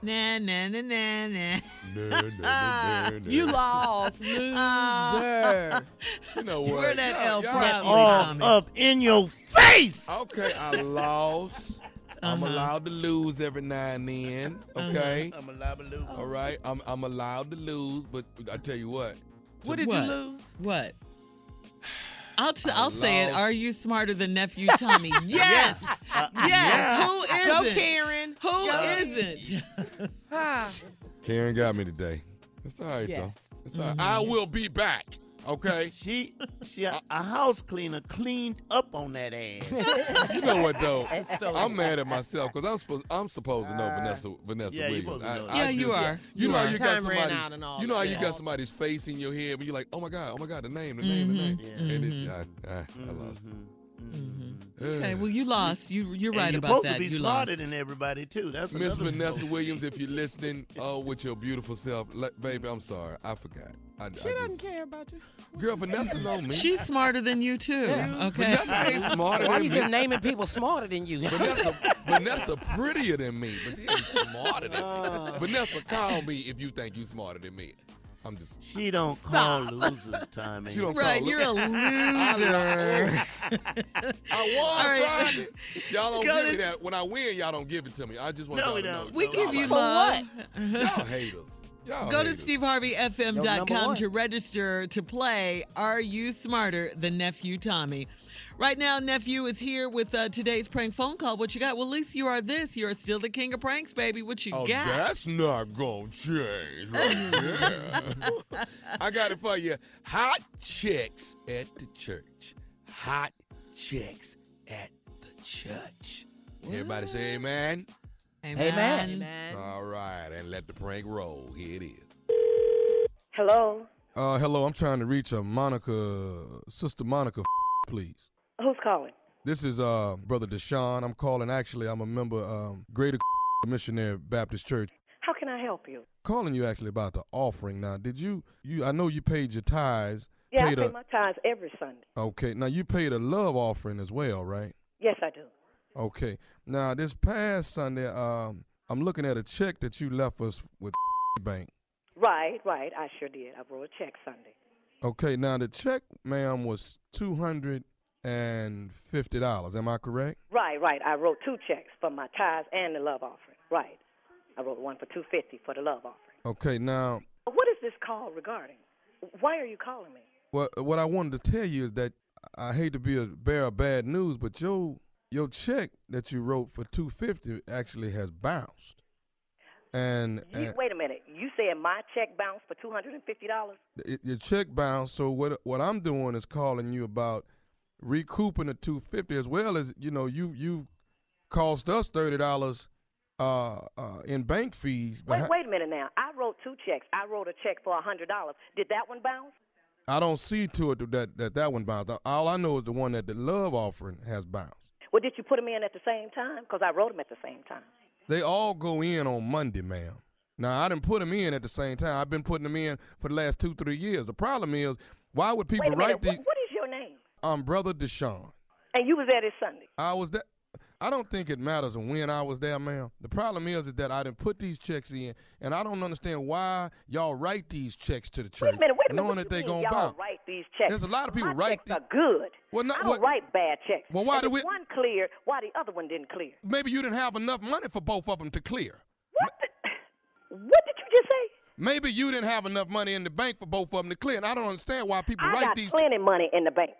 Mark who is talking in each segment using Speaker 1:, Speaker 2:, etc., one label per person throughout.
Speaker 1: Na na na na na.
Speaker 2: You lost, loser.
Speaker 1: Ah.
Speaker 3: You know what?
Speaker 1: Where that L
Speaker 3: Y'all- y'all-
Speaker 1: properly
Speaker 4: All
Speaker 1: coming?
Speaker 4: up in your face.
Speaker 3: Okay, I lost. I'm
Speaker 1: Uh-huh.
Speaker 3: allowed to lose every now and then. Okay.
Speaker 4: I'm a liability.
Speaker 3: All right. I'm I'm allowed to lose, but I tell you what.
Speaker 1: To
Speaker 2: What did
Speaker 1: what?
Speaker 2: you lose?
Speaker 1: What? I'll t-
Speaker 3: I
Speaker 1: I'll say it.
Speaker 3: lost.
Speaker 1: Are you smarter than nephew Tommy? yes.
Speaker 2: Uh,
Speaker 1: yes.
Speaker 2: Go,
Speaker 1: Who isn't?
Speaker 2: Karen.
Speaker 1: Who
Speaker 2: Go.
Speaker 1: isn't?
Speaker 2: Ah,
Speaker 3: Karen got me today. It's all right
Speaker 2: Yes.
Speaker 3: though. It's all right. I will be back. Okay.
Speaker 4: She, she, a a house cleaner cleaned up on that ass.
Speaker 3: You know what though?
Speaker 2: That's so-
Speaker 3: I'm mad at myself because I'm supposed I'm supposed to know Vanessa Vanessa
Speaker 4: Ah. yeah, you
Speaker 3: Williams.
Speaker 4: supposed to know
Speaker 1: that. Yeah, you are.
Speaker 3: You,
Speaker 1: You
Speaker 3: know
Speaker 1: are.
Speaker 3: you got
Speaker 2: Time ran
Speaker 3: somebody.
Speaker 2: out and all
Speaker 3: you know how
Speaker 2: that.
Speaker 3: you
Speaker 2: Yeah.
Speaker 3: got somebody's face in your head, but you're like, oh my god, oh my god, the name, the name, the name.
Speaker 4: Mhm,
Speaker 3: And it, I, I, I lost.
Speaker 1: Okay. Well, you lost. You you're
Speaker 4: And
Speaker 1: right
Speaker 4: you're
Speaker 1: about
Speaker 4: supposed
Speaker 1: that.
Speaker 4: to be
Speaker 1: you
Speaker 4: smarter
Speaker 1: lost.
Speaker 4: than everybody too. That's
Speaker 3: Miss
Speaker 4: another
Speaker 3: Vanessa
Speaker 4: story.
Speaker 3: Williams, if you're listening, oh, with your beautiful self, Let- baby, I'm sorry, I forgot. I, I
Speaker 2: she doesn't
Speaker 3: just-
Speaker 2: care about you.
Speaker 3: girl, Vanessa know me.
Speaker 1: She's smarter than you too. Okay.
Speaker 3: Vanessa ain't smarter
Speaker 5: Why
Speaker 3: than
Speaker 5: you
Speaker 3: me.
Speaker 5: just naming people smarter than you?
Speaker 3: Vanessa, Vanessa prettier than me, but she ain't smarter than me. Vanessa, call me if you think you smarter than me. I'm just.
Speaker 4: She don't call losers, Tommy.
Speaker 3: She don't
Speaker 1: Right.
Speaker 3: call
Speaker 1: You're a loser.
Speaker 3: I won,
Speaker 1: All right.
Speaker 3: Friday. Y'all don't
Speaker 1: Go
Speaker 3: give
Speaker 1: to-
Speaker 3: me that. When I win, y'all don't give it to me. I just want
Speaker 4: No,
Speaker 3: y'all
Speaker 4: we
Speaker 3: to know.
Speaker 4: don't.
Speaker 1: We
Speaker 4: Go
Speaker 1: give you
Speaker 4: to-
Speaker 1: love.
Speaker 3: Y'all haters. Y'all
Speaker 1: Go to
Speaker 3: haters.
Speaker 5: Yo, number
Speaker 1: steveharveyfm.com
Speaker 5: one.
Speaker 1: to register to play Are You Smarter Than Nephew Tommy? Right now, Nephew is here with uh, today's prank phone call. What you got? Well, at least you are this. You are still the king of pranks, baby. What you
Speaker 3: Oh,
Speaker 1: got?
Speaker 3: that's not gonna change. right there. I got it for you. Hot chicks at the church. Hot chicks at the church. Everybody say amen.
Speaker 5: Amen.
Speaker 2: Amen.
Speaker 3: All right, and let the prank roll. Here it is.
Speaker 6: Hello.
Speaker 3: Uh, hello. I'm trying to reach a Monica, sister Monica, please.
Speaker 6: Who's calling?
Speaker 3: This is uh brother Deshaun. I'm calling. Actually, I'm a member um Greater Missionary Baptist Church.
Speaker 6: How can I help you?
Speaker 3: calling you actually about the offering now did you you i know you paid your tithes
Speaker 6: Yeah,
Speaker 3: paid
Speaker 6: I
Speaker 3: a
Speaker 6: pay my tithes every Sunday.
Speaker 3: okay now you paid a love offering as well right
Speaker 6: Yes, I do.
Speaker 3: okay now this past sunday um i'm looking at a check that you left us with bank
Speaker 6: Right, right. I sure did. I wrote a check Sunday.
Speaker 3: okay now the check ma'am was two hundred and fifty dollars am i correct
Speaker 6: Right, right. I wrote two checks for my tithes and the love offering. Right. I wrote one for two fifty for the love offering.
Speaker 3: okay now
Speaker 6: What is this call regarding? Why are you calling me?
Speaker 3: what what i wanted to tell you is that i hate to be a bearer of bad news but your your check that you wrote for 250 actually has bounced and,
Speaker 6: You,
Speaker 3: and
Speaker 6: wait a minute. You said my check bounced for two hundred and fifty dollars.
Speaker 3: it, your check bounced. So what what I'm doing is calling you about recouping the 250 as well as you know you you cost us thirty dollars uh, uh, in bank fees.
Speaker 6: Wait,
Speaker 3: behi-
Speaker 6: wait a minute now. I wrote two checks. I wrote a check for a hundred dollars. Did that one bounce?
Speaker 3: I don't see to it that that that one bounced. All I know is the one that the love offering has bounced.
Speaker 6: Well, did you put them in at the same time? Because I wrote them at the same time.
Speaker 3: They all go in on Monday, ma'am. Now I didn't put them in at the same time. I've been putting them in for the last two three years. The problem is why would people
Speaker 6: Wait a minute.
Speaker 3: write
Speaker 6: What,
Speaker 3: these?
Speaker 6: what is your name?
Speaker 3: I'm brother Deshaun.
Speaker 6: And you was there this Sunday.
Speaker 3: I was there. I don't think it matters when I was there, ma'am. The problem is, is that I didn't put these checks in, and I don't understand why y'all write these checks to the church,
Speaker 6: Wait a minute, wait a minute.
Speaker 3: knowing that
Speaker 6: what
Speaker 3: they
Speaker 6: you mean
Speaker 3: gonna
Speaker 6: y'all
Speaker 3: bounce.
Speaker 6: write these checks?
Speaker 3: There's a lot of people
Speaker 6: My
Speaker 3: write
Speaker 6: checks
Speaker 3: the-
Speaker 6: are good.
Speaker 3: Well, not
Speaker 6: I don't
Speaker 3: what-
Speaker 6: why, bad checks.
Speaker 3: Well, why
Speaker 6: If
Speaker 3: do we-
Speaker 6: one cleared, why the other one didn't clear?
Speaker 3: Maybe you didn't have enough money for both of them to clear.
Speaker 6: What? The, what did you just say?
Speaker 3: Maybe you didn't have enough money in the bank for both of them to clear, and I don't understand why people
Speaker 6: I
Speaker 3: write
Speaker 6: got
Speaker 3: these.
Speaker 6: plenty money in the bank,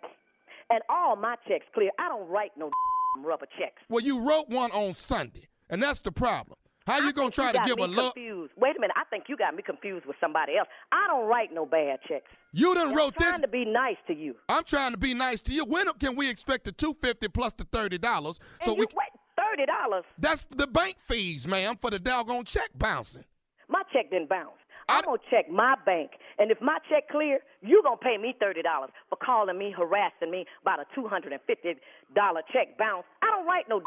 Speaker 6: and all my checks clear. I don't write no rubber checks.
Speaker 3: Well, you wrote one on Sunday, and that's the problem. How
Speaker 6: I
Speaker 3: you gonna
Speaker 6: think
Speaker 3: try to
Speaker 6: got
Speaker 3: give
Speaker 6: me
Speaker 3: a look?
Speaker 6: Confused. Wait a minute. I think you got me confused with somebody else. I don't write no bad checks.
Speaker 3: You didn't
Speaker 6: I'm
Speaker 3: wrote this.
Speaker 6: trying to be nice to you.
Speaker 3: I'm trying to be nice to you. When can we expect the two fifty plus the thirty dollars?
Speaker 6: And
Speaker 3: So
Speaker 6: you
Speaker 3: we
Speaker 6: wait, thirty dollars.
Speaker 3: That's the bank fees, ma'am, for the doggone check bouncing.
Speaker 6: My check didn't bounce.
Speaker 3: I-
Speaker 6: I'm gonna check my bank, and if my check clear, you gonna pay me thirty dollars for calling me, harassing me about a two hundred and fifty dollar check bounce. I don't write no.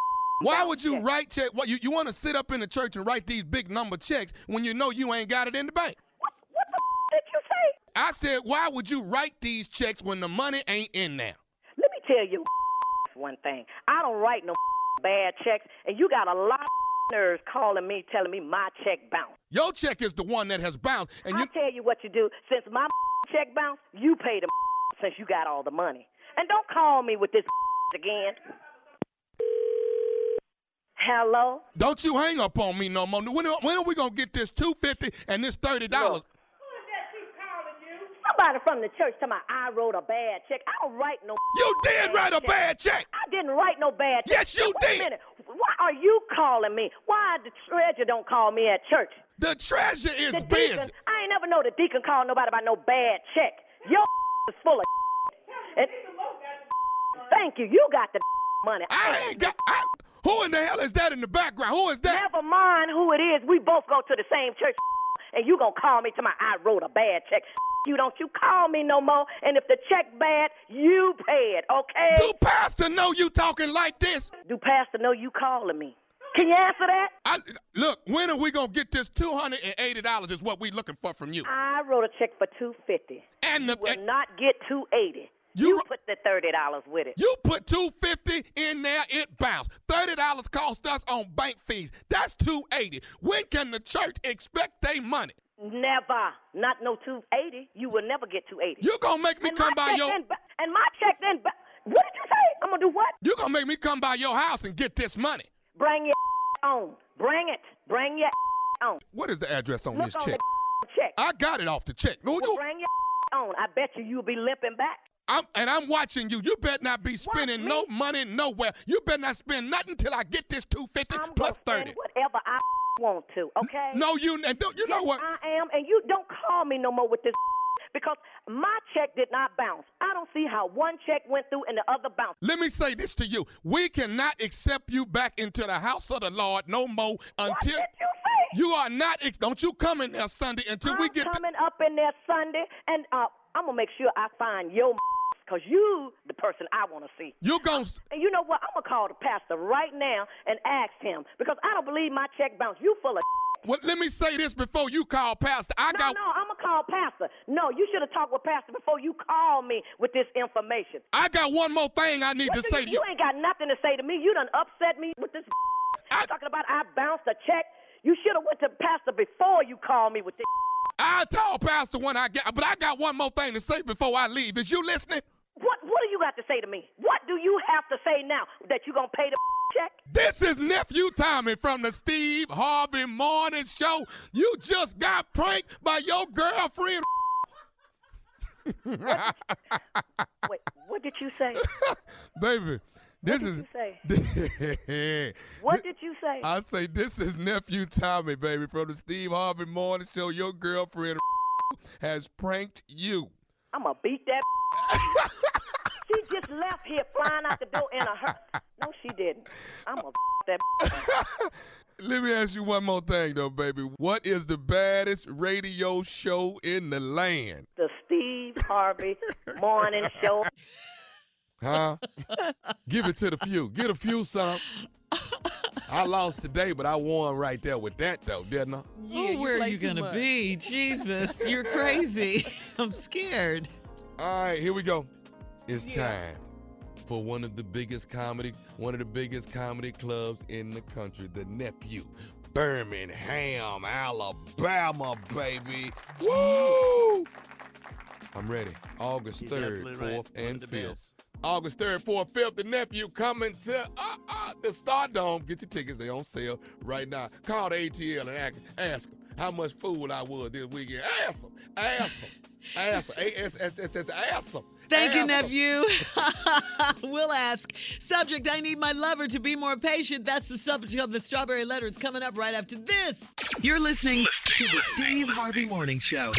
Speaker 3: Why
Speaker 6: bounce
Speaker 3: would you
Speaker 6: check.
Speaker 3: write check? What you, you want to sit up in the church and write these big number checks when you know you ain't got it in the bank?
Speaker 6: What, what the f- did you say?
Speaker 3: I said, why would you write these checks when the money ain't in there?
Speaker 6: Let me tell you one thing. I don't write no bad checks, and you got a lot of nerves calling me, telling me my check bounced.
Speaker 3: Your check is the one that has bounced, and
Speaker 6: I
Speaker 3: you
Speaker 6: tell you what you do. Since my check bounced, you pay the since you got all the money. And don't call me with this again. Hello?
Speaker 3: don't you hang up on me no more. When, are- when are we gonna get this two fifty and this thirty dollars?
Speaker 6: Somebody from the church told me I wrote a bad check. I don't write no.
Speaker 3: You did write a bad check.
Speaker 6: I didn't write no bad. check.
Speaker 3: Yes, you
Speaker 6: Wait
Speaker 3: did.
Speaker 6: A minute. Why are you calling me? Why the treasure don't call me at church?
Speaker 3: The treasure is
Speaker 6: The
Speaker 3: busy.
Speaker 6: deacon. I ain't never know the deacon called nobody about no bad check. Your is full of. And, thank you. You got the money.
Speaker 3: I ain't got. I, who in the hell is that in the background? Who is that?
Speaker 6: Never mind who it is. We both go to the same church, and you gonna call me to my I wrote a bad check. You don't you call me no more. And if the check bad, you pay it, okay?
Speaker 3: Do pastor know you talking like this?
Speaker 6: Do Pastor know you calling me? Can you answer that?
Speaker 3: I, look, when are we gonna get this two hundred and eighty dollars? Is what we looking for from you.
Speaker 6: I wrote a check for two fifty.
Speaker 3: And the,
Speaker 6: Will
Speaker 3: and
Speaker 6: not get two eighty.
Speaker 3: You
Speaker 6: You
Speaker 3: wr-
Speaker 6: put the thirty dollars with it.
Speaker 3: you put two fifty in there, it bounced. Thirty dollars cost us on bank fees. That's two eighty. When can the church expect their money?
Speaker 6: Never. Not no two eighty. You will never get two eighty.
Speaker 3: You gonna make me
Speaker 6: And
Speaker 3: come
Speaker 6: my
Speaker 3: by
Speaker 6: check
Speaker 3: your
Speaker 6: then ba- and my check then. ba- What did you say? I'm gonna do what?
Speaker 3: you gonna make me come by your house and get this money?
Speaker 6: Bring your on. Bring it. Bring your on.
Speaker 3: What is the address on
Speaker 6: Look
Speaker 3: this
Speaker 6: on
Speaker 3: check?
Speaker 6: the check.
Speaker 3: I got it off the check. No, Uh, you,
Speaker 6: Bring your on. I bet you you'll be limping back.
Speaker 3: I'm, and I'm watching you. You better not be spending
Speaker 6: me?
Speaker 3: no money nowhere. You better not spend nothing till I get this two fifty
Speaker 6: I'm
Speaker 3: plus
Speaker 6: gonna spend
Speaker 3: thirty.
Speaker 6: whatever I want to. Okay.
Speaker 3: No, you and don't, you know what?
Speaker 6: I am, and you don't call me no more with this because my check did not bounce. I don't see how one check went through and the other bounced.
Speaker 3: Let me say this to you. We cannot accept you back into the house of the Lord no more
Speaker 6: What did
Speaker 3: until
Speaker 6: you say?
Speaker 3: you are not. Ex- don't you come in there Sunday until
Speaker 6: I'm
Speaker 3: we get. the-
Speaker 6: coming up in there Sunday, and uh, I'm gonna make sure I find your because you the person I want to see.
Speaker 3: you gon'
Speaker 6: And you know what? I'm gonna call the pastor right now and ask him because I don't believe my check bounced. You full of.
Speaker 3: Well, let me say this before you call Pastor. I
Speaker 6: No,
Speaker 3: got.
Speaker 6: no, I'm gonna call pastor. No, you should have talked with pastor before you called me with this information.
Speaker 3: I got one more thing I need to
Speaker 6: What do
Speaker 3: say
Speaker 6: you,
Speaker 3: to you.
Speaker 6: you ain't got nothing to say to me. You done upset me with this.
Speaker 3: I,
Speaker 6: talking about I bounced a check. You should have went to pastor before you called me with this.
Speaker 3: I told Pastor when I get, but I got one more thing to say before I leave. Is you listening?
Speaker 6: What What do you got to say to me? What do you have to say now that you gonna pay the check?
Speaker 3: This is nephew Tommy from the Steve Harvey Morning Show. You just got pranked by your girlfriend.
Speaker 6: Wait, what did you say?
Speaker 3: Baby, this is.
Speaker 6: did
Speaker 3: say?
Speaker 6: What did you say?
Speaker 3: I say this is nephew Tommy, baby, from the Steve Harvey Morning Show. Your girlfriend has pranked you.
Speaker 6: I'm gonna beat that. she just left here flying out the door in a hurry. No, she didn't. I'm gonna that.
Speaker 3: Let me ask you one more thing, though, baby. What is the baddest radio show in the land?
Speaker 6: The Steve Harvey Morning Show.
Speaker 3: Huh? Give it to the few. Get a few some. I lost today, but I won right there with that, though, didn't I?
Speaker 2: Yeah,
Speaker 1: oh,
Speaker 2: you
Speaker 1: where are
Speaker 2: play
Speaker 1: you
Speaker 2: too
Speaker 1: going to
Speaker 2: much.
Speaker 1: be? Jesus, you're crazy. I'm scared.
Speaker 3: All right, here we go. It's
Speaker 2: Yeah.
Speaker 3: time for one of the biggest comedy, one of the biggest comedy clubs in the country, the Nephew, Birmingham, Alabama, baby. Woo! I'm ready. August
Speaker 4: You're
Speaker 3: 3rd, 4th,
Speaker 4: definitely right. One of
Speaker 3: and
Speaker 4: the
Speaker 3: 5th.
Speaker 4: best.
Speaker 3: August 3rd, 4th, 5th, the nephew coming to uh, uh, the Stardome. Get your tickets, they on sale right now. Call the ATL and ask, ask 'em how much fool I was this weekend. Ask them, ask them, ask them, A-S-S-S-S, ask them.
Speaker 1: Thank you, nephew. we'll ask. Subject I need my lover to be more patient. That's the subject of the strawberry letter. It's coming up right after this.
Speaker 7: You're listening to the Steve Harvey Morning Show.